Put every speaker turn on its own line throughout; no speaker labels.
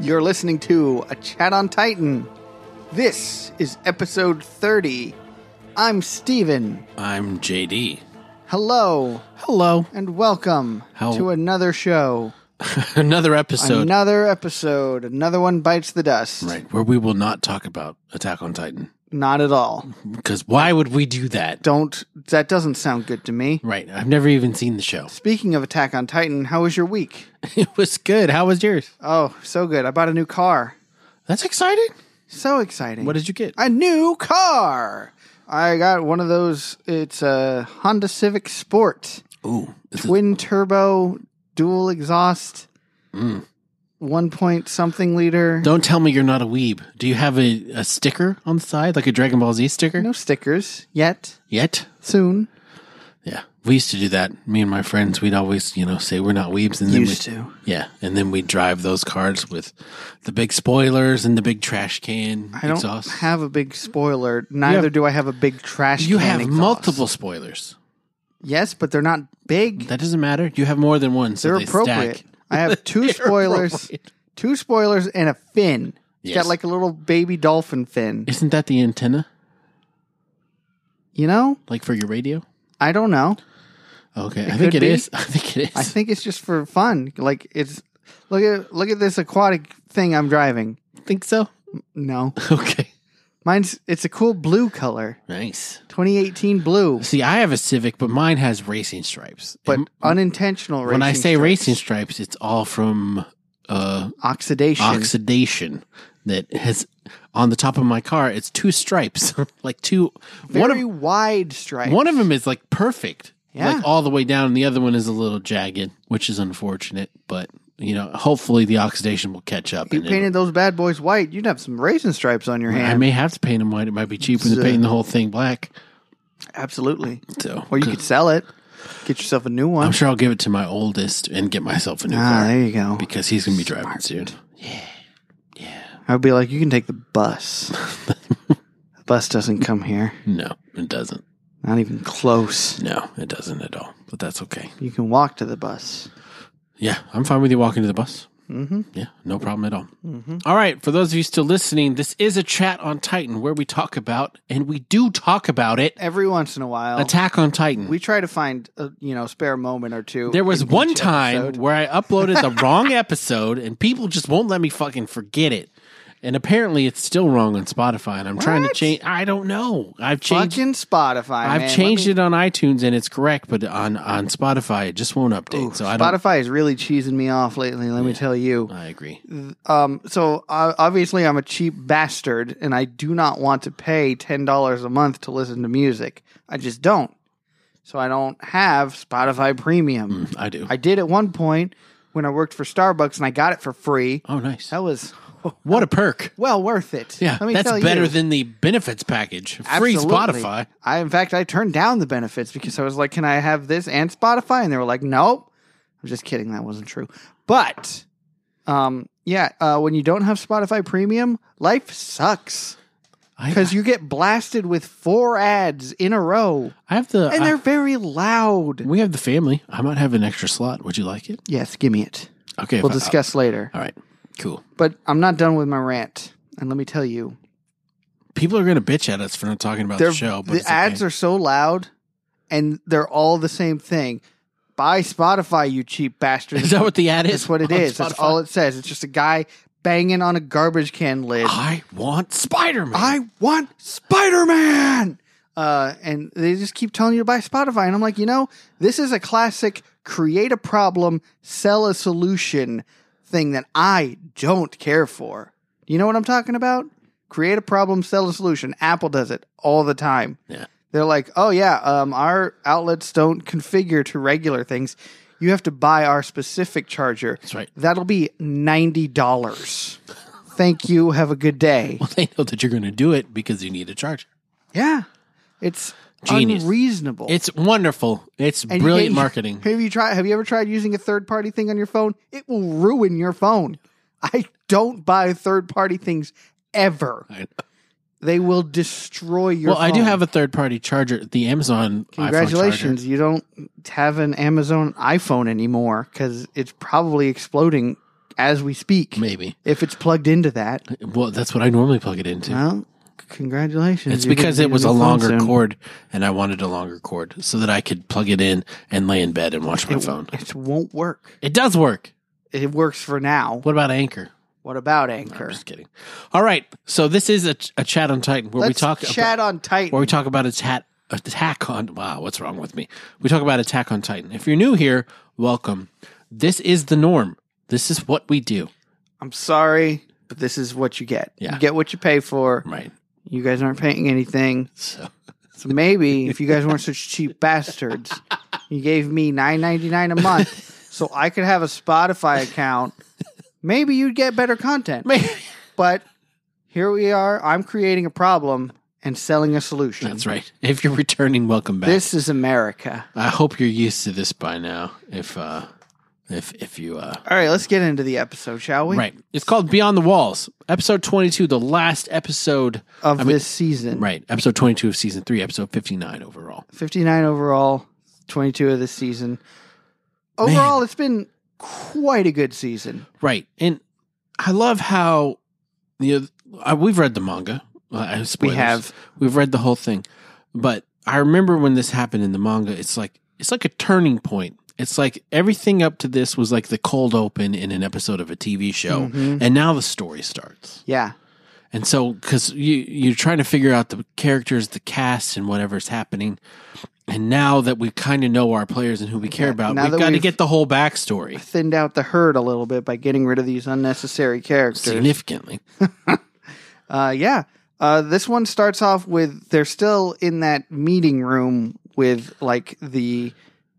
You're listening to A Chat on Titan. This is episode 30. I'm Steven.
I'm JD.
Hello
Hello.
and welcome
How-
to another show.
Another episode.
another episode. Another one bites the dust.
right, where we will not talk about Attack on Titan.
Not at all.
Because why would we do that?
Don't that doesn't sound good to me.
Right, I've never even seen the show.
Speaking of Attack on Titan, how was your week?
It was good. How was yours?
Oh, so good. I bought a new car.
That's exciting.
So exciting.
What did you get?
a new car. I got one of those. It's a Honda Civic Sport,
Ooh, this is-
twin turbo, dual exhaust,
Mm.
one point something liter.
don't tell me you're not a weeb. Do you have a, a sticker on the side, like a Dragon Ball Z sticker?
No stickers yet.
Yet?
Soon.
Yeah, we used to do that. Me and my friends, we'd always, you know, say we're not weebs, and then
Used
we,
to.
Yeah, and then we drive those cars with the big spoilers and the big trash can
I don't
exhaust.
have a big spoiler. Neither do I have a big trash.
you
can
have
exhaust.
multiple spoilers.
Yes, but they're not big.
That doesn't matter. You have more than one, so
They're
they
appropriate.
stack.
I have two
They're
spoilers.
appropriate.
Two spoilers and a fin. It's
Yes.
got like a little baby dolphin fin.
Isn't that the antenna,
You know?
like for your radio?
I don't know.
Okay, I think
could
it
be.
is. I think it is.
I think it's just for fun. Like it's look at look at this aquatic thing I'm driving.
think so.
No,
Okay,
mine's it's a cool blue color,
nice.
2018 blue,
See, I have a Civic, but mine has racing stripes.
but
And
unintentional.
when I
racing
say
stripes.
racing stripes, it's all from uh,
oxidation,
oxidation that has on the top of my car. It's two stripes, like two. one of
very wide stripe.
One of them is like perfect,
Yeah.
like all the way down, and the other one is a little jagged, which is unfortunate. But you know, hopefully the oxidation will catch up.
you
and
painted those bad boys white, you'd have some racing stripes on your
it'll- I
hand.
may have to paint them white. It might be cheaper
So-
than painting the whole thing black.
Absolutely.
So,
Or you could sell it, get yourself a new one.
uh, I'm sure I'll give it to my oldest and get myself a new
ah,
car
there you go.
because he's going to be driving soon.
I'd be like, you can take the bus. the bus doesn't come here,
No, it doesn't.
not even close.
No, it doesn't at all. But that's okay.
You can walk to the bus.
Yeah, I'm fine with you walking to the bus.
Mm-hmm.
Yeah, no problem at all.
Mm-hmm.
All right, for those of you still listening, this is a chat on Titan where we talk about, and we do talk about it,
Every once in a while,
Attack on Titan.
we try to find a you know spare moment or two.
there was
in
one
each
time
episode.
where I uploaded the wrong episode, and people just won't let me fucking forget it. And apparently, it's still wrong on Spotify, and I'm trying to
What?
change. I don't know. I've changed.
fucking Spotify.
I've
man.
changed
Let
it on iTunes, and it's correct, but on on Spotify, it just won't update.
me- Ooh,
so I don't.
Spotify is really cheesing me off lately. Let me tell you.
I agree.
Um, so uh, obviously I'm a cheap bastard, and I do not want to pay ten dollars a month to listen to music. I just don't. So I don't have Spotify Premium.
Mm, I do.
I did at one point when I worked for Starbucks, and I got it for free.
oh, nice.
That was
What a perk.
well worth it.
Yeah,
let me
that's
tell
better
you.
than the benefits package. Free
Absolutely.
Spotify.
I, in fact, I turned down the benefits because I was like, "Can I have this and Spotify?" And they were like, "Nope." I'm just kidding. That wasn't true. But, um, yeah, uh, when you don't have Spotify Premium, life sucks
I,
because you get blasted with four ads in a row,
I have the.
and
I-
they're very loud.
we have the family. I might have an extra slot. Would you like it?
Yes, give me it.
Okay. if
We'll
I-
discuss later.
all right. Cool.
But I'm not done with my rant, and let me tell you,
People are going to bitch at us for not talking about the
They're-
show, but
the ads are so loud, and they're all the same thing. Buy Spotify, you cheap bastard.
Is that what the ad is?
That's what it
on
is. That's
Spotify?
all it says. It's just a guy banging on a garbage can lid.
I want Spider Man.
I want Spider Man. Uh, and they just keep telling you to buy Spotify, and I'm like, you know, this is a classic create a problem, sell a solution thing that I don't care for. You know what I'm talking about? Create a problem, sell a solution. Apple does it all the time.
Yeah.
They're like, oh yeah, um, our outlets don't configure to regular things. You have to buy our specific charger.
That's right.
That'll be ninety dollars. Thank you. Have a good day.
Well, they know that you're going to do it because you need a charger.
Yeah, it's
Genius.
unreasonable.
It's wonderful. It's
And you can't-
brilliant marketing.
Have you tried? Have you ever tried using a third party thing on your phone? It will ruin your phone. I don't buy third party things ever.
I know.
They will destroy your.
Well, I do
phone.
have a third party charger, the Amazon. iPhone charger.
Congratulations, you don't have an Amazon iPhone anymore because it's probably exploding as we speak.
Maybe.
If it's plugged into that,
Well, that's what I normally plug it into.
well, congratulations.
It's
You're
because
gonna
it
need
was
new
a
phone
longer
soon.
cord, and I wanted a longer cord so that I could plug it in and lay in bed and watch my
It,
phone.
it won't work.
It does work.
It works for now.
What about Anchor?
What about
I'm
Anchor?
just kidding. All right, so this is a, a chat on Titan where
Let's
we talk
chat on Titan.
where we talk about attack attack on wow what's wrong with me we talk about attack on titan if you're new here welcome this is the norm this is what we do
I'm sorry, but this is what you get.
Yeah. Mm.
You get what you pay for.
right
You guys aren't paying anything.
so
So maybe if you guys weren't such cheap bastards, you gave me nine ninety nine a month so I could have a Spotify account. Maybe you'd get better content. But here we are. I'm creating a problem and selling a solution.
that's right if you're returning welcome back
This is America.
i hope you're used to this by now if uh if if you uh
All right, let's get into the episode, shall we?
right it's called beyond the walls episode 22 the last episode
Of
I mean-
this season.
right episode 22 of season 3 episode 59 overall
59 overall, 22 of this season. Overall, it's been quite a good season.
Right. And I love how you know I, we've read the manga. Uh, I- spoilers.
have.
We've read the whole thing. But I remember when this happened in the manga, it's like it's like a turning point. It's like everything up to this was like the cold open in an episode of a TV show,
Mm-hmm.
and now the story starts.
Yeah.
And so, because you you're trying to figure out the characters, the cast, and whatever's happening, and now that we kind of know our players and who we care about,
now
we've
that
got to
we've-
get the whole backstory.
Thinned out the herd a little bit by getting rid of these unnecessary characters.
Significantly,
Uh, yeah. Uh, this one starts off with they're still in that meeting room with like the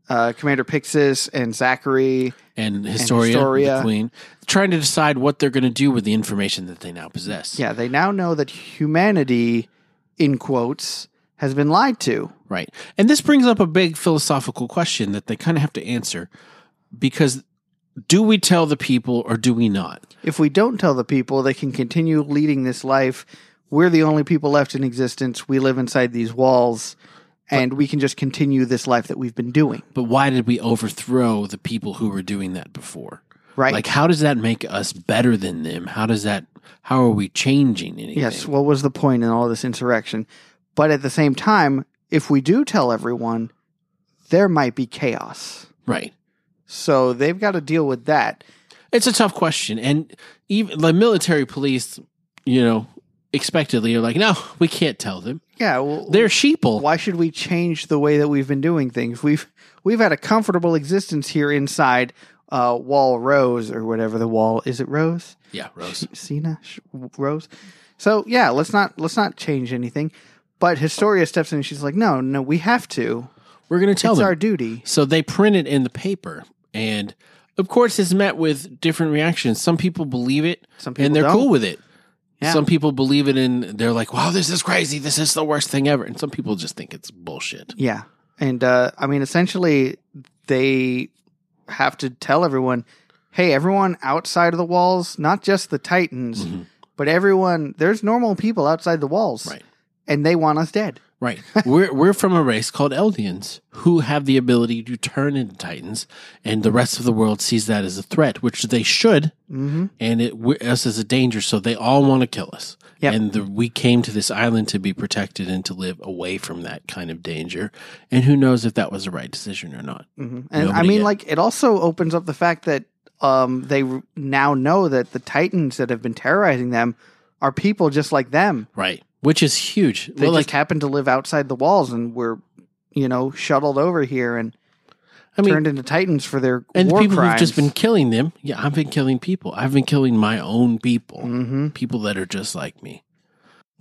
uh, Commander Pixis and Zachary.
and Historia,
Historia.
the queen, trying to decide what they're going to do with the information that they now possess.
Yeah, they now know that humanity, in quotes, has been lied to.
Right. And this brings up a big philosophical question that they kind of have to answer because do we tell the people or do we not?
If we don't tell the people, they can continue leading this life. We're the only people left in existence. We live inside these walls, and we can just continue this life that we've been doing.
But why did we overthrow the people who were doing that before?
Right.
Like, how does that make us better than them? How does that, how are we changing anything?
Yes, what was the point in all this insurrection? But at the same time, if we do tell everyone, there might be chaos.
Right.
So they've got to deal with that.
It's a tough question, and even the military police, you know, expectedly are like, no, we can't tell them.
Yeah, well,
They're sheeple.
why should we change the way that we've been doing things? We've we've had a comfortable existence here inside uh, Wall Rose or whatever the wall is. It Rose,
Yeah, Rose.
Cena Sh- Rose. So yeah, let's not let's not change anything. But Historia steps in and she's like, "No, no, we have to.
We're going to tell
it's
them.
our duty."
so they print it in the paper, and of course, it's met with different reactions. Some people believe it,
Some people
and they're
don't.
cool with it.
Yeah.
Some people believe it, and they're like, "Wow, this is crazy. This is the worst thing ever." And some people just think it's bullshit.
Yeah. And uh, I mean, essentially, they have to tell everyone hey, everyone outside of the walls, not just the Titans, but everyone, there's normal people outside the walls.
Right.
And they want us dead.
Right. we're we're from a race called Eldians who have the ability to turn into Titans, and the rest of the world sees that as a threat, which they should,
Mm-hmm.
and it we us as a danger. So they all want to kill us.
Yep.
And the, we came to this island to be protected and to live away from that kind of danger. And who knows if that was the right decision or not?
hmm And I
Nobody
mean,
yet.
like, it also opens up the fact that um, they r- now know that the Titans that have been terrorizing them are people just like them.
Right. Which is huge.
They
well,
just
like
happen to live outside the walls and were, you know, shuttled over here and
I mean,
turned into Titans for their
and the
war
people who've just
crimes.
been killing them. Yeah, I've been killing people. I've been killing my own people.
Mhm.
people that are just like me.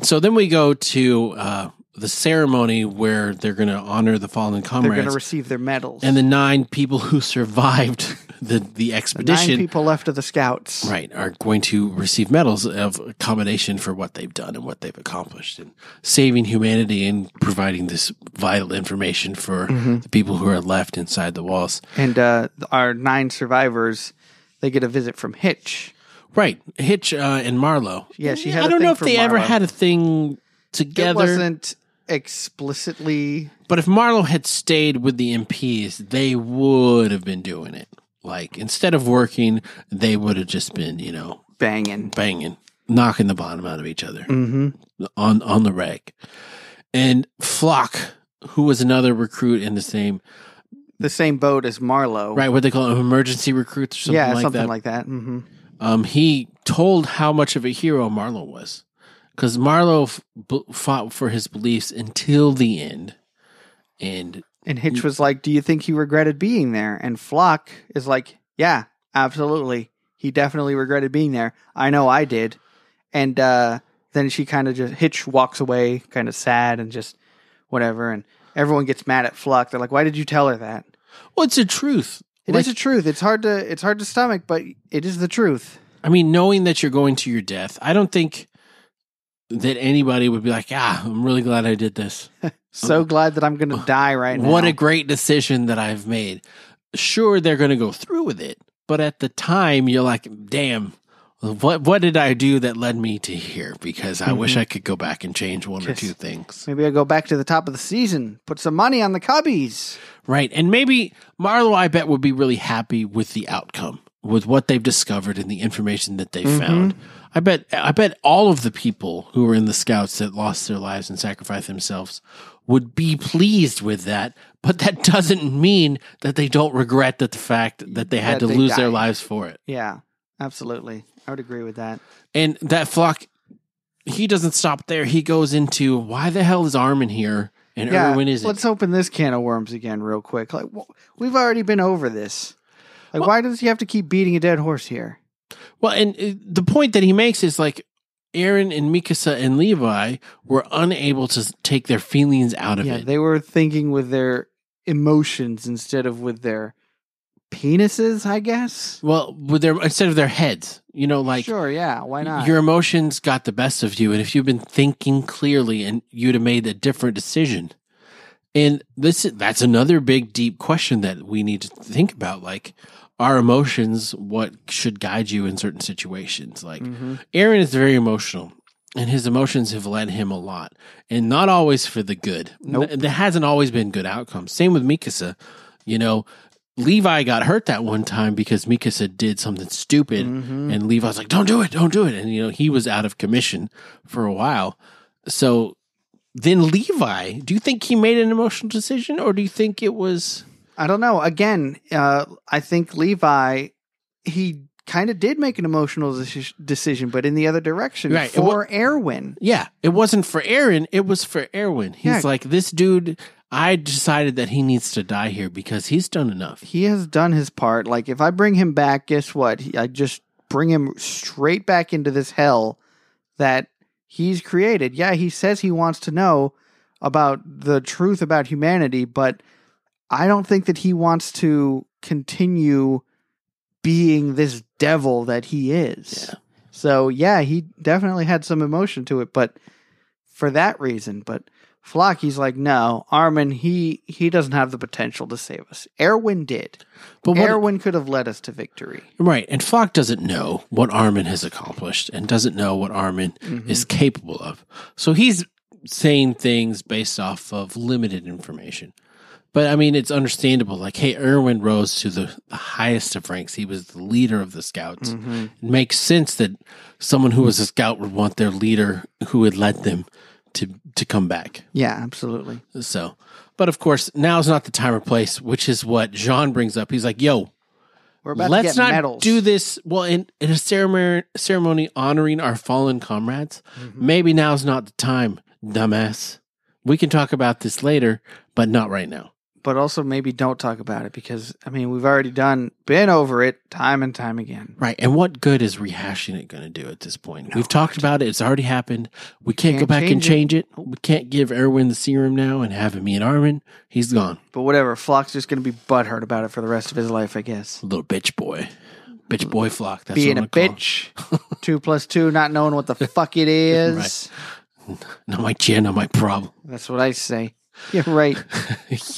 So then we go to uh, the ceremony where they're going to honor the fallen
They're going
comrades
to receive their medals.
and the nine people who survived the the
nine
expedition.
people left of the scouts.
Right, are going to receive medals of accommodation for what they've done and what they've accomplished and saving humanity and providing this vital information for
Mm-hmm.
the people who are left inside the walls.
And uh, our nine survivors, they get a visit from Hitch.
Right, Hitch uh, and Marlowe.
Yeah, she had
I
a
don't
thing
know if
for
they ever
Marlowe.
had a thing together.
It wasn't explicitly
But if Marlowe had stayed with the MPs, they would have been doing it. Like instead of working, they would have just been, you know,
Banging.
banging, knocking the bottom out of each other
Mm-hmm.
on on the rack. And Flock, who was another recruit in the same
The same boat as Marlowe.
right, what they call it, emergency recruits or something
yeah,
like
something
that.
like that. Mm-hmm.
um, he told how much of a hero Marlowe was, because Marlowe f- b- fought for his beliefs until the end, and
And Hitch was like, "Do you think he regretted being there?" And Flock is like, "Yeah, absolutely. He definitely regretted being there. I know I did." And uh, then she kind of just Hitch walks away, kind of sad and just whatever. And everyone gets mad at Flock. They're like, "Why did you tell her that?"
well, it's the truth.
It is
Like-
the truth. It's hard to it's hard to stomach, but it is the truth.
I mean, knowing that you're going to your death, I don't think that anybody would be like, "Ah, I'm really glad I did this."
So glad that I'm going to die right now.
What a great decision that I've made. Sure, they're going to go through with it, but at the time, you're like, damn, what what did I do that led me to here? Because I
Mm-hmm.
wish I could go back and change one
Yes.
or two things,
Maybe I go back to the top of the season, put some money on the Cubbies.
right? And maybe Marlo, I bet, would be really happy with the outcome, with what they've discovered and the information that
Mm-hmm.
they found. I bet, I bet all of the people who were in the scouts that lost their lives and sacrificed themselves would be pleased with that, but that doesn't mean that they don't regret that the fact that they had
That
to
they
lose their
died.
lives for it.
Yeah, absolutely. I would agree with that.
And that flock, he doesn't stop there. He goes into why the hell is Armin here and Erwin isn't.
Let's open this can of worms again, real quick. Like wh- we've already been over this. Like, why does he have to keep beating a dead horse here?
Well, and uh, the point that he makes is like Aaron and Mikasa and Levi were unable to s- take their feelings out of
Yeah,
it.
they were thinking with their emotions instead of with their penises, I guess.
well, with their instead of their heads, you know, like
sure, yeah, why not?
your emotions got the best of you, and if you've been thinking clearly, and you'd have made a different decision. And this is- that's another big deep question that we need to think about, like our emotions, what should guide you in certain situations, like.
Mhm.
Aaron is very emotional, and his emotions have led him a lot, and not always for the good.
Nope.
N- There hasn't always been good outcomes. Same with Mikasa. You know, Levi got hurt that one time because Mikasa did something stupid,
Mhm.
and Levi's like, "Don't do it, don't do it," and you know he was out of commission for a while. So then Levi, do you think he made an emotional decision, or do you think it was?
I don't know. Again, uh, I think Levi, he kind of did make an emotional deci- decision, but in the other direction
Right, it wa-
for Erwin.
Yeah, it wasn't for Aaron. It was for Erwin. He's
Yeah.
like, this dude, I decided that he needs to die here because he's done enough.
he has done his part. Like if I bring him back, guess what? He, I just bring him straight back into this hell that he's created. Yeah, he says he wants to know about the truth about humanity, but I don't think that he wants to continue being this devil that he is.
Yeah.
So yeah, he definitely had some emotion to it, but for that reason, but Flock, he's like, no, Armin, he he doesn't have the potential to save us. Erwin did.
But what,
Erwin could have led us to victory.
right, and Flock doesn't know what Armin has accomplished and doesn't know what Armin
Mm-hmm.
is capable of. So he's saying things based off of limited information. But I mean, it's understandable. Like, hey, Erwin rose to the, the highest of ranks. He was the leader of the scouts. It makes sense that someone who was a scout would want their leader who had led them to to come back.
Yeah, absolutely.
So, but of course, now's not the time or place, which is what Jean brings up. He's like, "Yo,
We're about
let's
to get
not
medals.
do this. Well, in, in a ceremony, ceremony honoring our fallen comrades,
Mm-hmm.
maybe now's not the time, dumbass. We can talk about this later, but not right now."
but also maybe don't talk about it because I mean we've already done been over it time and time again.
Right. And what good is rehashing it going to do at this point? We've talked about it. It's already happened. We can't, go
Can't
back and
change
change it. We can't give Erwin the serum now and have him meet Armin. He's gone.
But whatever, Flock's just going to be butthurt about it for the rest of his life, I guess.
Little bitch boy. Bitch boy flock. That's
Being a
what I'm gonna
bitch, two plus two, not knowing what the fuck it is.
call it. Not my chin, not my problem.
That's what I say. Yeah, right.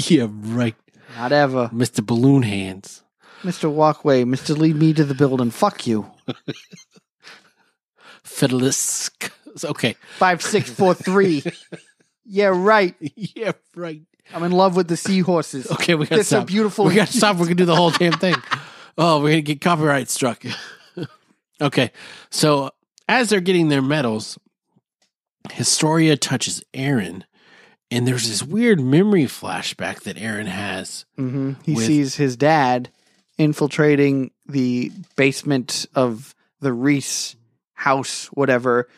yeah, right.
Not ever,
Mr. Balloon Hands.
Mister Walkway, Mister Lead Me to the Building. Fuck you.
Fiddlisk. Okay.
Five six four three. Yeah, right.
yeah, right.
I'm in love with the seahorses.
Okay, we gotta
They're so
stop.
beautiful.
We gotta stop. We can do the whole damn thing. oh, we're gonna get copyright struck. okay, so as they're getting their medals, Historia touches Aaron, and there's this weird memory flashback that Aaron has.
hmm He
Mm-hmm. With-
sees his dad infiltrating the basement of the Reese house, whatever.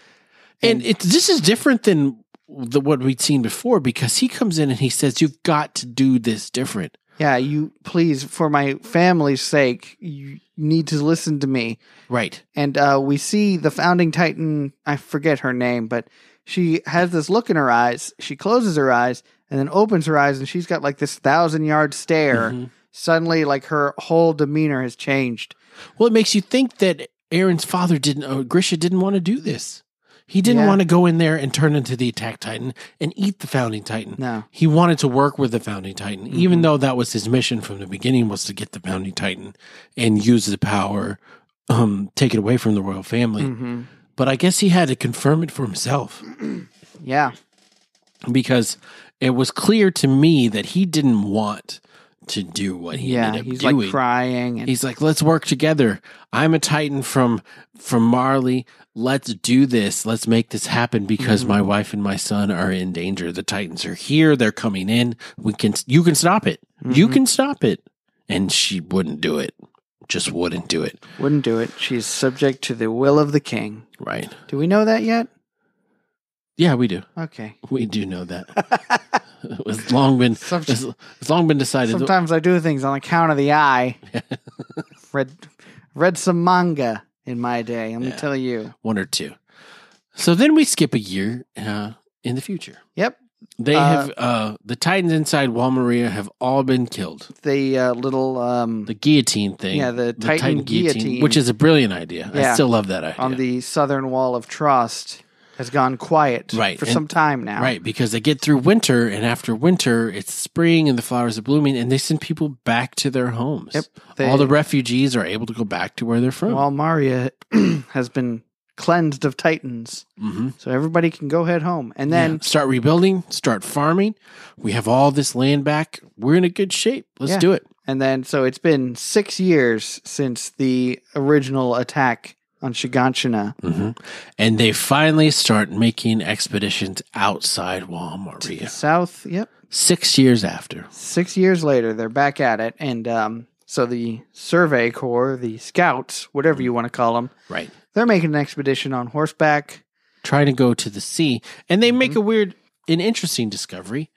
And it's this is different than the, what we'd seen before because he comes in and he says, "You've got to do this different."
Yeah, you please, for my family's sake, you need to listen to me.
Right.
And uh, we see the founding titan, I forget her name, but she has this look in her eyes. She closes her eyes and then opens her eyes, and she's got like this thousand yard stare.
Mhm.
Suddenly, like her whole demeanor has changed.
Well, it makes you think that Aaron's father didn't, or Grisha didn't want to do this. He didn't
Yeah.
want to go in there and turn into the attack titan and eat the founding titan.
No.
He wanted to work with the founding titan,
Mm-hmm.
even though that was his mission from the beginning was to get the founding titan and use the power, um, take it away from the royal family.
hmm
But I guess he had to confirm it for himself
Yeah.
because it was clear to me that he didn't want to do what he
yeah.
ended up
He's
doing.
like crying. And
He's like, let's work together. I'm a Titan from from Marley. Let's do this. Let's make this happen because my
Mm-hmm.
wife and my son are in danger. The Titans are here. They're coming in. We can. You can stop it.
Mm-hmm.
You can stop it. And she wouldn't do it. Just wouldn't do it.
wouldn't do it. She's subject to the will of the king.
Right.
Do we know that yet?
Yeah, we do.
Okay.
We do know that. it's long been.
Subject-
It's, it's long been decided.
Sometimes I do things on account of the eye. read read some manga in my day. Let me
Yeah.
tell you.
One or two. So then we skip a year uh, in the future.
Yep.
They
Uh,
have uh, the Titans inside Wall Maria have all been killed.
The uh, little um,
The guillotine thing,
Yeah, the Titan guillotine.
which is a brilliant idea. I
Yeah.
still love that idea.
on the southern wall of Trost has gone quiet
Right,
for
and-
some time now.
right because they get through winter, and after winter, it's spring and the flowers are blooming, and they send people back to their homes.
Yep. They,
all the refugees are able to go back to where they're from.
Wall Maria has been cleansed of titans,
Mhm.
so everybody can go head home. And then
Yeah. start rebuilding, start farming. We have all this land back. We're in a good shape. Let's
Yeah.
do it.
And then, so it's been six years since the original attack on Shiganshina
hmm And they finally start making expeditions outside Wall Maria.
South. Yep.
Six years after.
Six years later, they're back at it. And um, so the Survey Corps, the scouts, whatever you want to call them,
Right.
they're making an expedition on horseback.
Trying to go to the sea. And they
Mm-hmm.
make a weird an interesting discovery.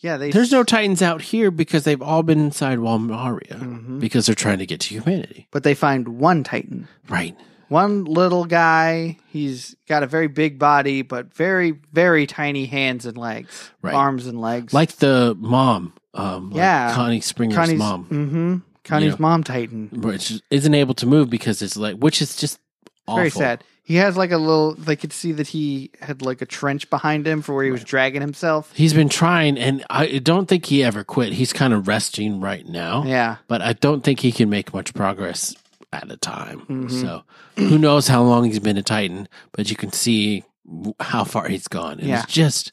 Yeah, they.
There's no Titans out here because they've all been inside Wall Maria
Mhm.
because they're trying to get to humanity.
But they find one Titan.
Right.
One little guy. He's got a very big body, but very, very tiny hands and legs,
Right.
arms and legs.
Like the mom, um like
Yeah.
Connie Springer's mom.
hmm Connie's
Yeah.
mom Titan.
Which isn't able to move because it's like which is just awful.
Very sad. He has like a little. They could see that he had like a trench behind him for where he was dragging himself.
He's been trying and I don't think he ever quit. He's kind of resting right now.
Yeah,
but I don't think he can make much progress at a time.
Mhm.
So who knows how long he's been a Titan, but you can see w- how far he's gone. And
Yeah.
It's just,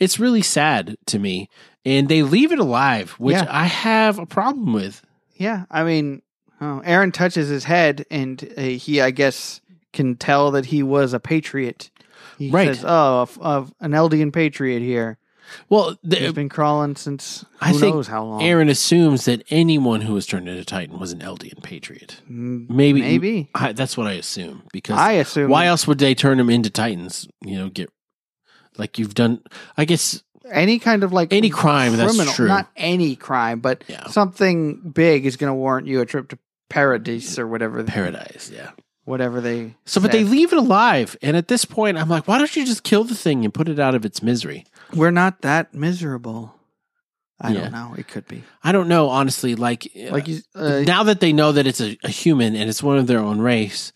it's really sad to me. And they leave it alive, which
Yeah.
I have a problem with.
yeah. I mean, oh, Aaron touches his head, and uh, he, I guess, can tell that he was a patriot. He
Right.
says, "Oh, a f- of an Eldian patriot here.
Well,
He's
the,
been crawling since who
Uh, I think
knows how long.
Aaron assumes that anyone who was turned into Titan was an Eldian patriot.
M-
Maybe,
Mm, maybe.
I, that's what I assume because
I assume.
why else would they turn him into Titans? You know, get like you've done. I guess
any kind of like
any crime
criminal,
that's true.
not any crime, but
Yeah.
something big is going to warrant you a trip to paradise or whatever.
Paradise, yeah.
whatever they.
So, but they
said.
leave it alive. And at this point, I'm like, why don't you just kill the thing and put it out of its misery?
We're not that miserable. I
Yeah.
don't know. It could be
I don't know, honestly. Like,
like
like
you. Uh,
now that they know that it's a, a human and it's one of their own race,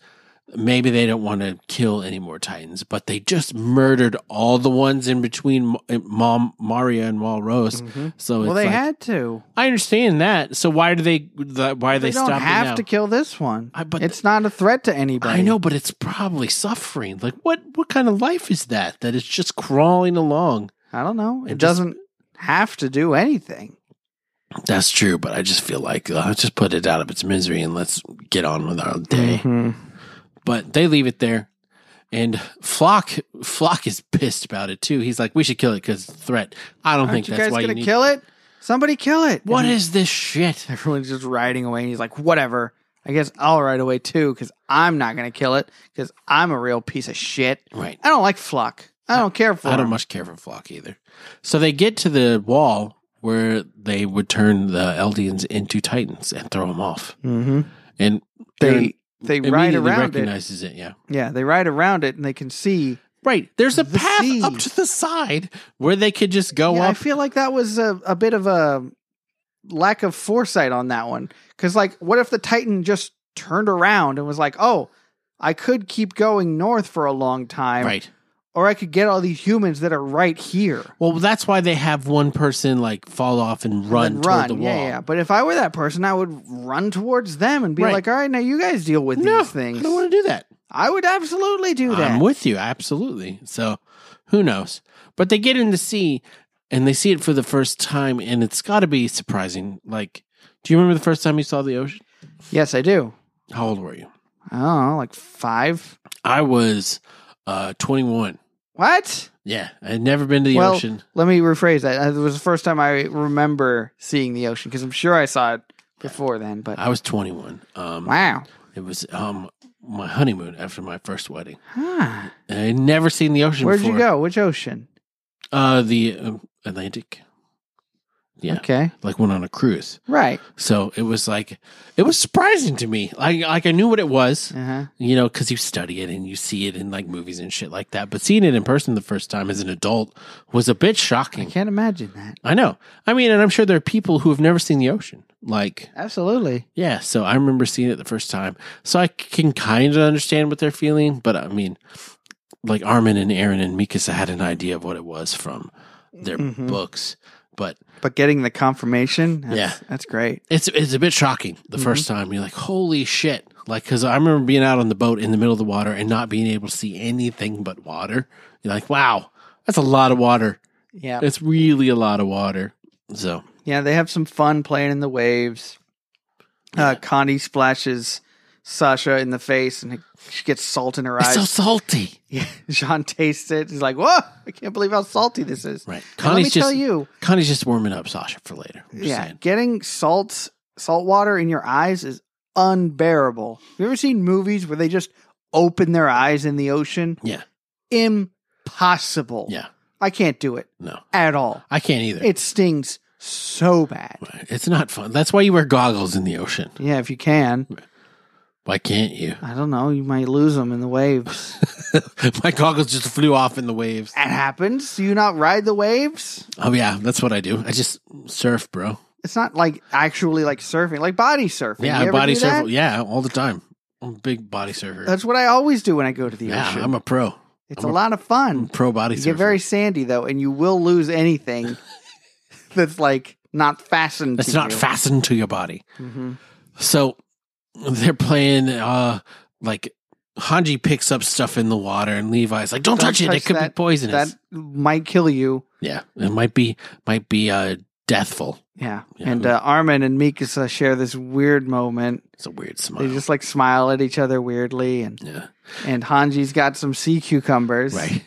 maybe they don't want to kill any more Titans, but they just murdered all the ones in between M- Mom, Maria and Walrose.
mhm.
So,
Well,
it's
they
like-
had to.
I understand that. So, why do they, the, why are they,
They, don't
stopping
have
now?
to kill this one.
I- but-
it's not a threat to anybody.
I know, but it's probably suffering. Like, what, what kind of life is that? That it's just crawling along.
I don't know. It,
It just-
doesn't have to do anything.
That's true, but I just feel like uh, let's just put it out of its misery and let's get on with our day.
Mm-hmm.
But they leave it there, and Flock Flock is pissed about it too. He's like, "We should kill it because threat." I don't
Aren't
think
you
that's
guys
why
gonna
you need.
kill it? Somebody kill it.
What
And
is this shit?
everyone's just riding away and he's like, Whatever. I guess I'll ride away too, because I'm not gonna kill it, because I'm a real piece of shit.
Right.
I don't like Flock. I don't care for
I don't
him.
much care for Flock either. So they get to the wall where they would turn the Eldians into Titans and throw them off.
Mm-hmm.
And Aaron
They they ride
immediately
around it.
recognizes it. Yeah.
Yeah, they ride around it and they can see.
Right. There's a
The
path
sea.
up to the side where they could just go
yeah, I
up.
feel like that was a, a bit of a lack of foresight on that one. Because, like, what if the Titan just turned around and was like, oh, I could keep going north for a long time,
right.
or I could get all these humans that are right here.
Well, that's why they have one person like fall off and run
And
toward
run,
the wall.
yeah, yeah. But if I were that person, I would run towards them and be
Right.
like, "All right, now you guys deal with
No,
these things."
I don't want to do that.
I would absolutely do that.
I'm with you, absolutely. So, who knows? But they get in the sea and they see it for the first time, and it's got to be surprising. Like, do you remember the first time you saw the ocean?
yes, I do.
How old were you?
Oh, like five.
I was uh, 21.
What?
Yeah, I had never been to the
Well,
ocean.
Let me rephrase that. It was the first time I remember seeing the ocean because I'm sure I saw it before then. But
I was 21. Um,
wow,
It was um, my honeymoon after my first wedding.
huh.
And I had never seen the ocean
where'd
before.
you go? Which ocean?
Uh, the um, Atlantic. Yeah,
Okay,
like went on a cruise.
right.
So it was like it was surprising to me. Like like I knew what it was,
Uh huh.
you know, because you study it and you see it in like movies and shit like that. But seeing it in person the first time as an adult was a bit
I
shocking.
can't imagine that.
I know. I mean, and I'm sure there are people who have never seen the ocean. Like,
Absolutely.
yeah. So I remember seeing it the first time. So I can kind of understand what they're feeling, but I mean, like Armin and Aaron and Mikasa had an idea of what it was from their
Mhm.
books, but
But getting the confirmation. That's,
Yeah.
that's great.
it's it's a bit shocking the
Mm-hmm.
first time. You're like, holy shit! Like, because I remember being out on the boat in the middle of the water and not being able to see anything but water. You're like, wow, that's a lot of water.
Yeah,
It's really a lot of water. So
yeah. They have some fun playing in the waves. Uh, Connie splashes Sasha in the face, and she gets salt in her
it's
eyes.
so salty,
yeah, Jean tastes it. He's like, "Whoa! I can't believe how salty this is."
right?
And let me
Connie's just
tell you,
Connie's just warming up Sasha for later. I'm just
yeah,
saying.
getting salt salt water in your eyes is unbearable. Have you ever seen movies where they just open their eyes in the ocean?
yeah,
Impossible.
yeah.
I can't do it
No,
at all.
I can't either.
It stings so bad.
Right. it's not fun. That's why you wear goggles in the ocean.
Yeah, if you can.
Why can't you?
I don't know. You might lose them in the waves.
My goggles just flew off in the waves.
that happens. Do you not ride the waves?
Oh yeah, that's what I do. I just surf, bro.
It's not like actually like surfing, like body surfing.
Yeah,
You
I
ever
body
do that?
surfer. Yeah, all the time. I'm a big body surfer.
That's what I always do when I go to the
yeah,
ocean.
I'm a pro.
it's
I'm
a
a-
lot of fun.
I'm a pro body
You
surfer.
get very sandy though, and you will lose anything that's like not fastened.
That's
to
not
you.
fastened to your body.
Mhm.
So they're playing uh like Hanji picks up stuff in the water and Levi's like, Don't,
Don't
touch it,
touch
it could
that-
be poisonous.
That might kill you.
yeah. It might be might be uh deathful.
Yeah.
Yeah.
And uh, Armin and Mikasa share this weird moment.
It's a weird
They
smile.
just like smile at each other weirdly, and
yeah.
and Hanji's got some sea cucumbers.
Right.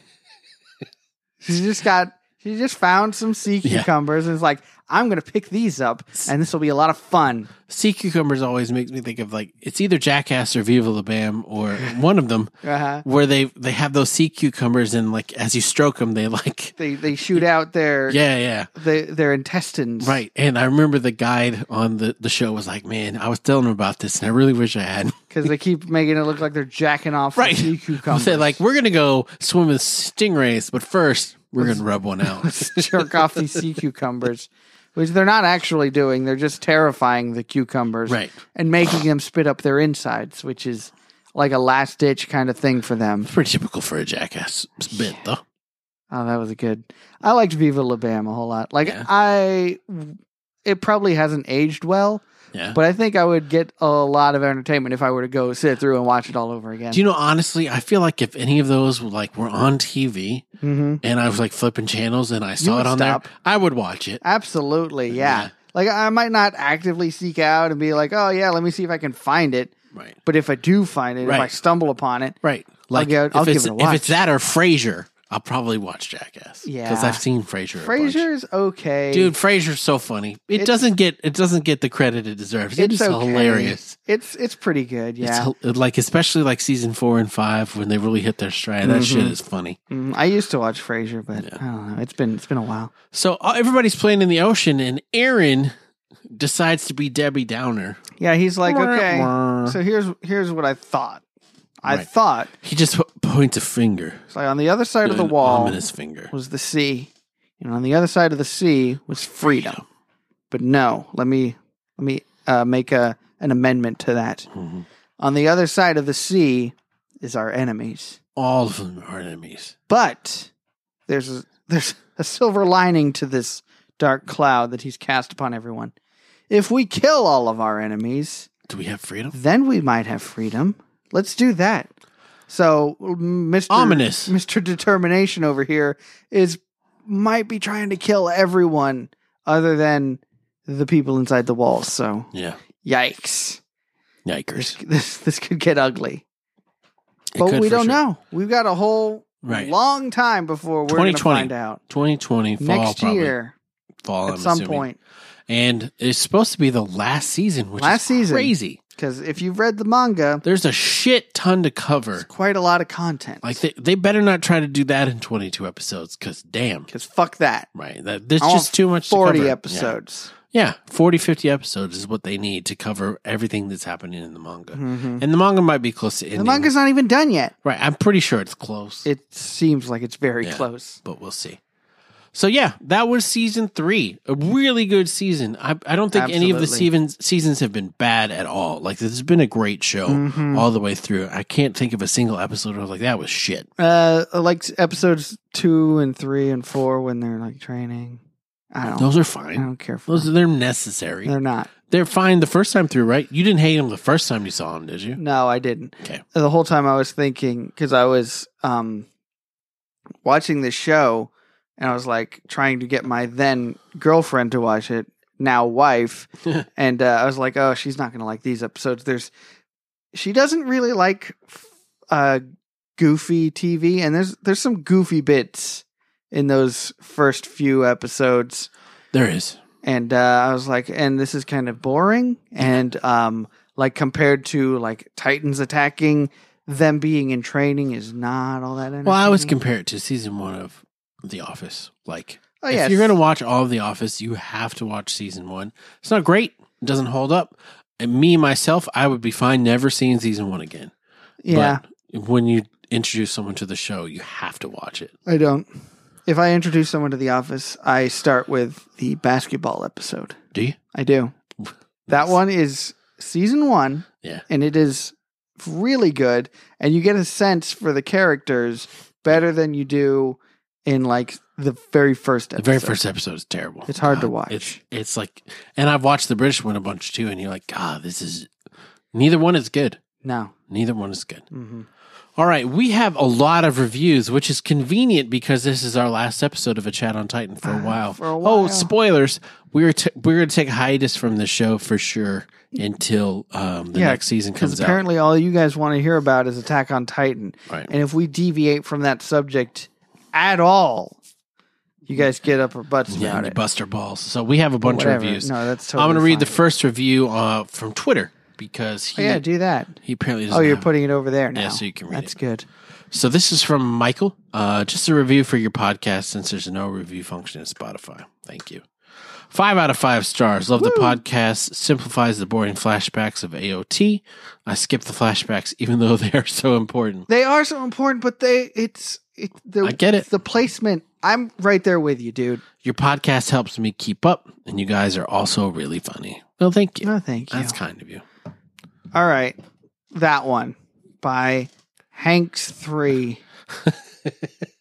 She's just got. She just found some sea
Yeah.
cucumbers and is like, I'm gonna pick these up, and this will be a lot of fun.
Sea cucumbers always makes me think of like it's either Jackass or Viva La Bam or one of them
Uh-huh.
where they they have those sea cucumbers and like as you stroke them they like
They they shoot out their
yeah yeah
their, their intestines.
Right. And I remember the guide on the, the show was like, man, I was telling him about this and I really wish I had.
Because they keep making it look like they're jacking off
Right.
right. sea cucumbers.
They're like, we're going to go swim with stingrays, but first we're going to rub one out.
jerk off these sea cucumbers, which they're not actually doing. They're just terrifying the cucumbers
right.
and making them spit up their insides, which is like a last ditch kind of thing for them.
Pretty typical for a jackass bit, though.
Oh, that was a good. I liked Viva La Bam a whole lot. Like
Yeah.
I, it probably hasn't aged well,
Yeah.
but I think I would get a lot of entertainment if I were to go sit through and watch it all over again.
Do you know, honestly, I feel like if any of those were like were on TV
mm-hmm.
and I was like flipping channels and I saw
would
it on
stop.
there, I would watch it.
Absolutely, yeah.
Yeah.
Like I might not actively seek out and be like, oh yeah, let me see if I can find it.
Right.
But if I do find it,
Right.
if I stumble upon it,
Right. Like
give-
if
I'll give
it's
it a
if
watch.
it's that or Frasier, I'll probably watch Jackass. Because
Yeah.
I've seen Frasier. a bunch.
Frasier is okay.
Dude, Frasier's so funny. It,
It's-
doesn't get it doesn't get the credit it deserves. It's,
it's okay.
hilarious.
It's it's pretty good.
It's
Yeah.
hil- like especially like season four and five when they really hit their stride. That shit is funny.
Mm, I used to watch Frasier, but I don't know. It's been it's been a while.
So uh, everybody's playing in the ocean, and Aaron decides to be Debbie Downer.
Yeah, he's like,
Wah,
okay.
wah.
So here's here's what I thought. I
Right.
thought
He just po- points a finger,
it's like on the other side of the
an
wall
ominous finger.
was the sea, and on the other side of the sea was freedom. But no, let me let me uh, make a an amendment to that.
Mhm.
On the other side of the sea is our enemies.
All of them are enemies.
But there's a, there's a silver lining to this dark cloud that he's cast upon everyone. If we kill all of our enemies,
Do we have freedom?
then we might have freedom. Let's do that. So, Mr.
Ominous.
Mr. Determination over here is might be trying to kill everyone other than the people inside the walls. So,
Yeah,
yikes. This
yikers.
this, this could get ugly.
It
but
could
we
for
don't
sure.
know. We've got a whole
Right.
long time before we're going to
2020.
find out.
2020 fall
Next
probably.
year
fall
at
I'm
some
assuming.
point.
and it's supposed to be the last season, which
Last
is
season.
crazy.
Because if you've read the manga,
There's a shit ton to
there's
cover.
quite a lot of content.
Like they, they better not try to do that in 22 episodes, because damn,
Because fuck that.
right? That there's
I want
just too much. to
40
cover.
episodes.
Yeah. yeah, 40, 50 episodes is what they need to cover everything that's happening in the manga.
Mhm.
And the manga might be close to ending.
The manga's not even done yet.
right? I'm pretty sure it's close,
It seems like it's very
Yeah.
close.
but we'll see. So yeah, that was season three. A really good season. I, I don't think any of the
Absolutely.
seasons seasons have been bad at all. Like this has been a great show
Mm-hmm. Mm.
all the way through. I can't think of a single episode where I was like that was shit.
Uh, like episodes two and three and four when they're like training. I don't.
Those are
I
fine.
don't care for.
Those
them.
are, they're necessary.
They're not.
They're fine the first time through, right? You didn't hate them the first time you saw them, did you?
No, I didn't.
Okay.
The whole time I was thinking because I was um watching this show and I was like trying to get my then girlfriend to watch it, now wife, and uh, I was like, oh, she's not gonna like these episodes. There's she doesn't really like f- uh goofy TV, and there's there's some goofy bits in those first few episodes
There is.
and uh, I was like, and this is kind of boring, and um, like compared to like Titans attacking, them being in training is not all that. Entertaining.
Well, I always compare it to season one of The Office. Like,
Oh,
if
yes.
you're going to watch all of The Office, you have to watch season one. It's not great. It doesn't hold up. And me, myself, I would be fine never seeing season one again.
yeah,
But when you introduce someone to the show, you have to watch it.
I don't. If I introduce someone to the office, I start with the basketball episode.
Do you?
I do. That one is season one.
Yeah.
and it is really good, and you get a sense for the characters better than you do in like the very first
The
episode.
very first episode is terrible.
It's hard to watch.
It's it's like, and I've watched the British one a bunch too, and you're like, God, this is. Neither one is good.
No.
Neither one is good.
Mm-hmm.
All right, we have a lot of reviews, which is convenient because this is our last episode of a chat on Titan for a
Uh,
while.
Ah, for a
Oh,
while.
spoilers! We're t- we're gonna take a hiatus from the show for sure until um, the
Yeah,
next season
Because
comes out.
apparently, all you guys want to hear about is Attack on Titan.
Right.
And if we deviate from that subject at all, you guys get up our butts
Yeah,
about
you
it.
bust our balls. So we have a bunch of
Whatever.
reviews.
No, that's
I'm
totally
gonna read
fine.
the first review uh, from Twitter because
Oh,
he
yeah, do that.
he apparently doesn't
Oh, you're
have-
putting it over there now.
Yeah, so you can read
That's
it.
good.
So this is from Michael. Uh, just a review for your podcast since there's no review function in Spotify. Thank you. Five out of five stars. Love the podcast. Simplifies the boring flashbacks of AOT. I skip the flashbacks even though they are so important.
They are so important, but they it's it. The,
I get it.
The placement. I'm right there with you, dude.
Your podcast helps me keep up, and you guys are also really funny. Well, thank you.
No, thank you.
That's kind of you.
all right, that one by Hanks three.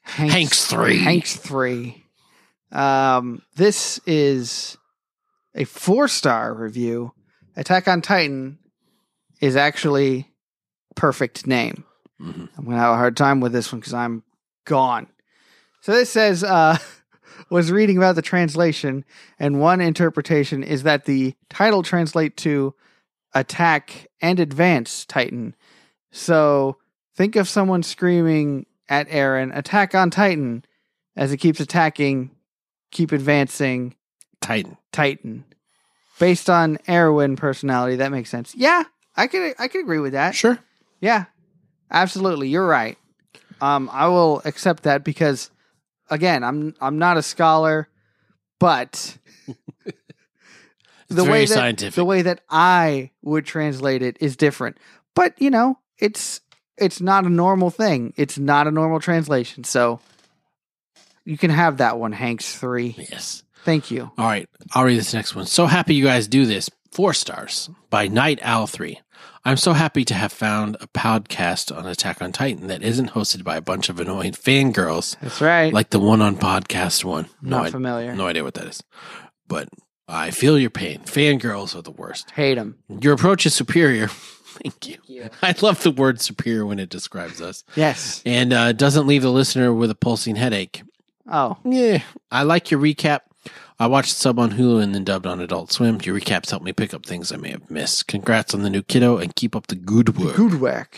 Hanks,
Hanks three.
Hanks three. Um, this is a four star review. Attack on Titan is actually perfect name.
Mhm.
I'm gonna have a hard time with this one because I'm gone. So this says uh, was reading about the translation, and one interpretation is that the title translate to attack and advance Titan. So think of someone screaming at Aaron, attack on Titan, as it keeps attacking, keep advancing
Titan.
Titan. Based on Erwin personality, that makes sense. Yeah, I could I could agree with that.
Sure.
Yeah, absolutely. You're right. Um, I will accept that because, again, I'm I'm not a scholar, but
It's
the
very
way that
scientific.
the way that I would translate it is different. But you know, it's it's not a normal thing. It's not a normal translation. So you can have that one, Hanks three.
yes.
Thank you.
All right, I'll read this next one. So happy you guys do this. Four stars by Night Owl 3. I'm so happy to have found a podcast on Attack on Titan that isn't hosted by a bunch of annoying fangirls
That's right.
like the one on podcast one. No,
not
I,
familiar.
no idea what that is. But I feel your pain. Fangirls are the worst.
Hate him.
Your approach is superior. Thank you. I love the word superior when it describes us
Yes.
and uh, doesn't leave the listener with a pulsing headache.
Oh,
Yeah, I like your recap. I watched sub on Hulu and then dubbed on Adult Swim. Your recaps helped me pick up things I may have missed. Congrats on the new kiddo and keep up the good work.
good work.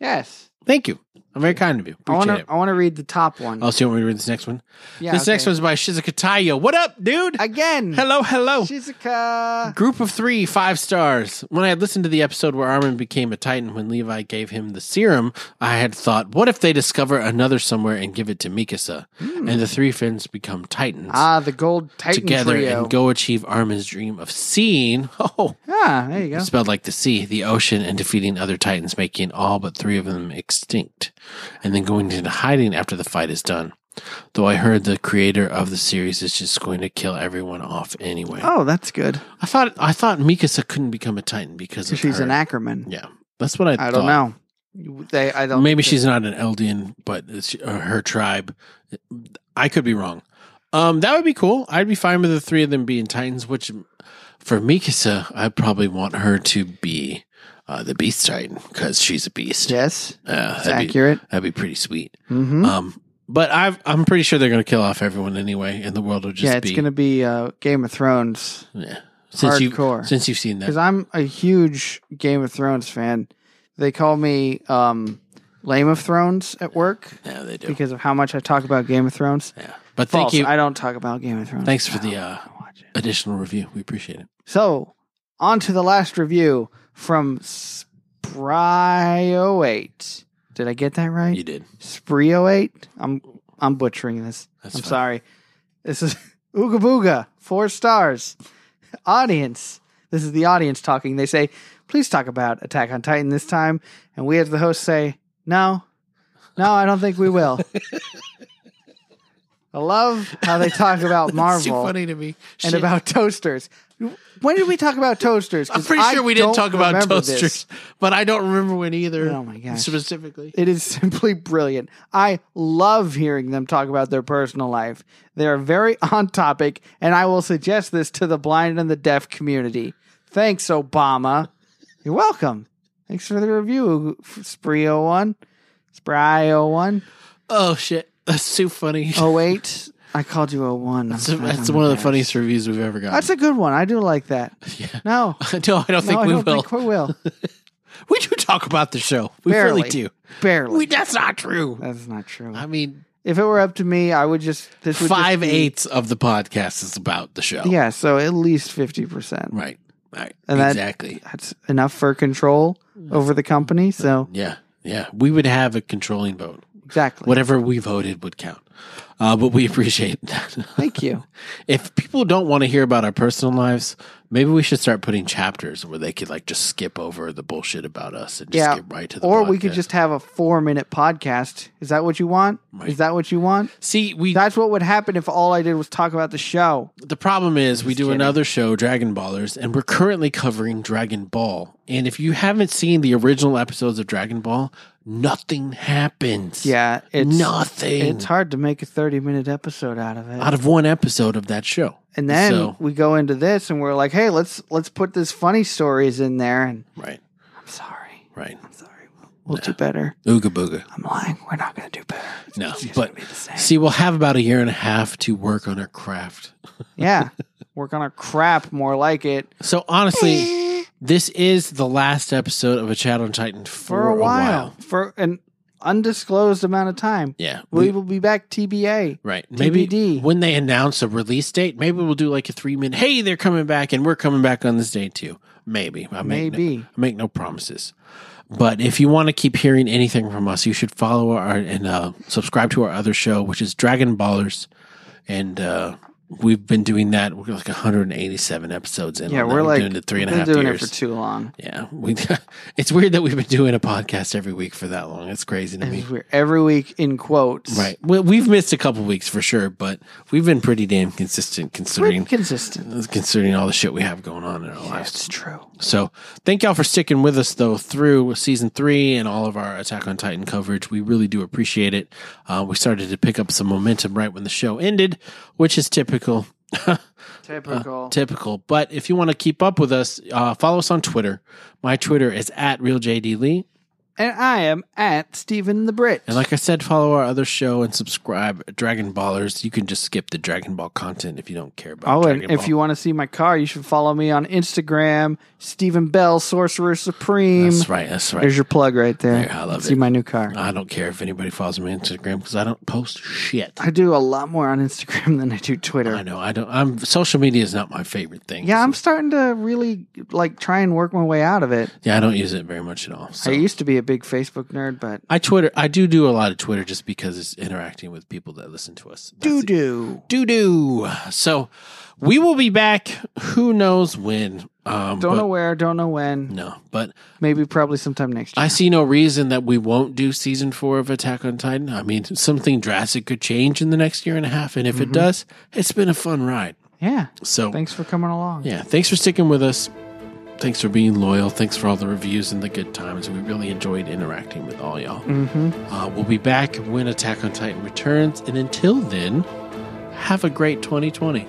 Yes.
Thank you. I'm very kind of you.
I want
Appreciate
to.
it.
I want to read the top one.
Oh, so you want me to read this next one?
yeah,
this next
okay.
one's by Shizuka Taiyo. What up, dude?
again.
hello, hello.
Shizuka.
Group of three, five stars. When I had listened to the episode where Armin became a Titan when Levi gave him the serum, I had thought, what if they discover another somewhere and give it to Mikasa? And the three Finns become Titans.
Hmm. Ah, the gold Titan
together
trio.
and go achieve Armin's dream of seeing, oh,
ah, there you go.
spelled like the sea, the ocean, and defeating other titans, making all but three of them extinct, and then going into hiding after the fight is done. Though I heard the creator of the series is just going to kill everyone off anyway.
Oh, that's good.
I thought I thought Mikasa couldn't become a titan because of
She's
her.
an Ackerman.
yeah, that's what I.
I don't
thought.
know. You- They. I don't.
Maybe she's not an Eldian, but it's uh, her tribe. I could be wrong. Um, that would be cool. I'd be fine with the three of them being Titans. Which, for Mikasa, I probably want her to be uh, the Beast Titan because she's a beast.
Yes.
Uh,
It's
that'd, be,
accurate.
that'd be pretty sweet.
Mm-hmm.
Um, but I've, I'm pretty sure they're going to kill off everyone anyway, and the world will just
yeah, it's
be
gonna be uh, Game of Thrones
yeah. Since you
hardcore.
since you've seen
because
that,
I'm a huge Game of Thrones fan. They call me um, Lame of Thrones at work
yeah, they do.
because of how much I talk about Game of Thrones.
Yeah, but
False.
thank you.
I don't talk about Game of Thrones.
Thanks for
I
the
don't
uh,
watch it.
additional review. We appreciate it.
So, on to the last review from Spryo8. Did I get that
You
right?
did.
Spryo8? I'm I'm butchering this.
That's
I'm
fine.
sorry. This is Ooga Booga, four stars. Audience. This is the audience talking. They say, please talk about Attack on Titan this time. And we, as the host, say, no, no, I don't think we will. I love how they talk about Marvel
It's too funny to me.
and
Shit.
about toasters. When did we talk about toasters? 'Cause
I'm pretty
I
sure we didn't
don't
talk about
remember
toasters,
this.
but I don't remember when either.
Oh my gosh.
Specifically,
It is simply brilliant. I love hearing them talk about their personal life. They are very on topic, and I will suggest this to the blind and the deaf community. Thanks, Obama. You're welcome. Thanks for the review, Spree01. Spry01.
oh shit, that's too funny.
Oh, 08. I called you 01.
that's that's one of the funniest reviews we've ever gotten.
That's a good one. I do like that.
yeah.
No.
no, I don't think
no,
we
I don't
will.
think we will.
we do talk about the show. We really
Barely.
do.
Barely.
We, that's not true.
That's not true.
I mean,
If it were up to me, I would just this would just
five
be-
eighths of the podcast is about the show.
Yeah, so at least fifty percent.
Right. Right.
And that-
exactly.
That's enough for control
Mm.
over the company. So
Yeah. Yeah. We would have a controlling vote.
exactly.
Whatever we voted would count. Uh, but we appreciate that.
Thank you.
If people don't want to hear about our personal lives, maybe we should start putting chapters where they could like just skip over the bullshit about us and just
Yeah.
get right to the
Or we could
podcast.
just have a four minute podcast. Is that what you want?
Right.
Is that what you want?
see we
That's what would happen if all I did was talk about the show.
the problem is we do
kidding.
another show Dragon Ballers and we're currently covering Dragon Ball. And if you haven't seen the original episodes of Dragon Ball, nothing happens.
Yeah, it's
nothing.
It's hard to make a thirty minute episode out of it.
out of one episode of that show.
and then
so,
we go into this and we're like, hey, let's let's put this funny stories in there and
right,
I'm sorry.
right.
I'm sorry. We'll do better.
Ooga booga.
I'm lying. We're not going to do better. It's
No,
just
but-
gonna be the same.
See, we'll have about a year and a half to work on our craft.
yeah, we're gonna crap more like it
So honestly,
Eh.
this is the last episode of a Chat on Titan for,
for a while, for an undisclosed amount of time.
Yeah,
We
we-
will be back TBA.
right. Maybe
TBD.
when they announce a release date, maybe we'll do like a three minute. Hey, they're coming back, and we're coming back on this day too. Maybe. I make no-
Maybe.
I make no promises. But if you want to keep hearing anything from us, you should follow our and uh, subscribe to our other show, which is Dragon Ballers, and uh, we've been doing that. We're like 187 episodes in.
Yeah,
on that.
we're like
doing it three and a
been
half
doing
years.
it for too long.
Yeah, we. it's weird that we've been doing a podcast every week for that long. It's crazy to me.
We're every week in quotes.
Right. Well, we've missed a couple weeks for sure, but we've been pretty damn consistent
Pretty
considering
consistent.
considering all the shit we have going on in our lives.
That's true.
So, thank y'all for sticking with us though through season three and all of our Attack on Titan coverage. We really do appreciate it. Uh, we started to pick up some momentum right when the show ended, which is typical.
Typical.
Uh, typical. But if you want to keep up with us, uh, follow us on Twitter. My Twitter is at realjdlee.
and I am at Stephen the Brit.
And like I said, follow our other show and subscribe at Dragon Ballers. You can just skip the Dragon Ball content if you don't care about
Oh,
Dragon
and if
Ball.
you want to see my car, you should follow me on Instagram, Stephen Bell, Sorcerer Supreme.
That's right, that's right.
There's your plug right there.
There, I love
see
it. Uh,
my new car.
I don't care if anybody follows me on Instagram because I don't post shit.
I do a lot more on Instagram than I do Twitter.
I know I don't I'm social media is not my favorite thing.
yeah, I'm starting to really like try and work my way out of it.
Yeah, I don't use it very much at all. So
I used to be a big Facebook nerd, but
I Twitter I do do a lot of Twitter just because it's interacting with people that listen to us.
doo doo.
Do do. So we will be back who knows when.
Don't
Um but-
know where, don't know when.
no, but
Maybe probably sometime next year.
I see no reason that we won't do season four of Attack on Titan. I mean, something drastic could change in the next year and a half. And if
Mm-hmm.
it does, it's been a fun ride.
yeah.
So,
Thanks for coming along.
yeah, thanks for sticking with us. Thanks for being loyal. Thanks for all the reviews and the good times. We really enjoyed interacting with all y'all. Uh, we'll be back when Attack on Titan returns. And until then, have a great 2020.